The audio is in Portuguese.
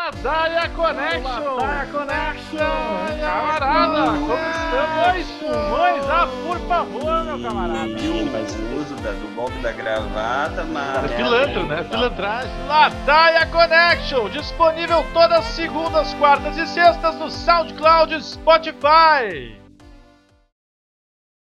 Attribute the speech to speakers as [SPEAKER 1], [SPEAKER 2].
[SPEAKER 1] Laçaia Connection!
[SPEAKER 2] Laçaia Connection!
[SPEAKER 1] Camarada, como estamos? Fumões, ah, por favor, meu camarada!
[SPEAKER 3] Menino, mas o uso da- do golpe da gravata,
[SPEAKER 1] É
[SPEAKER 3] mas...
[SPEAKER 1] Pilantro, né? Pilantragem. Ladaia Connection, disponível todas as segundas, quartas e sextas no SoundCloud e Spotify.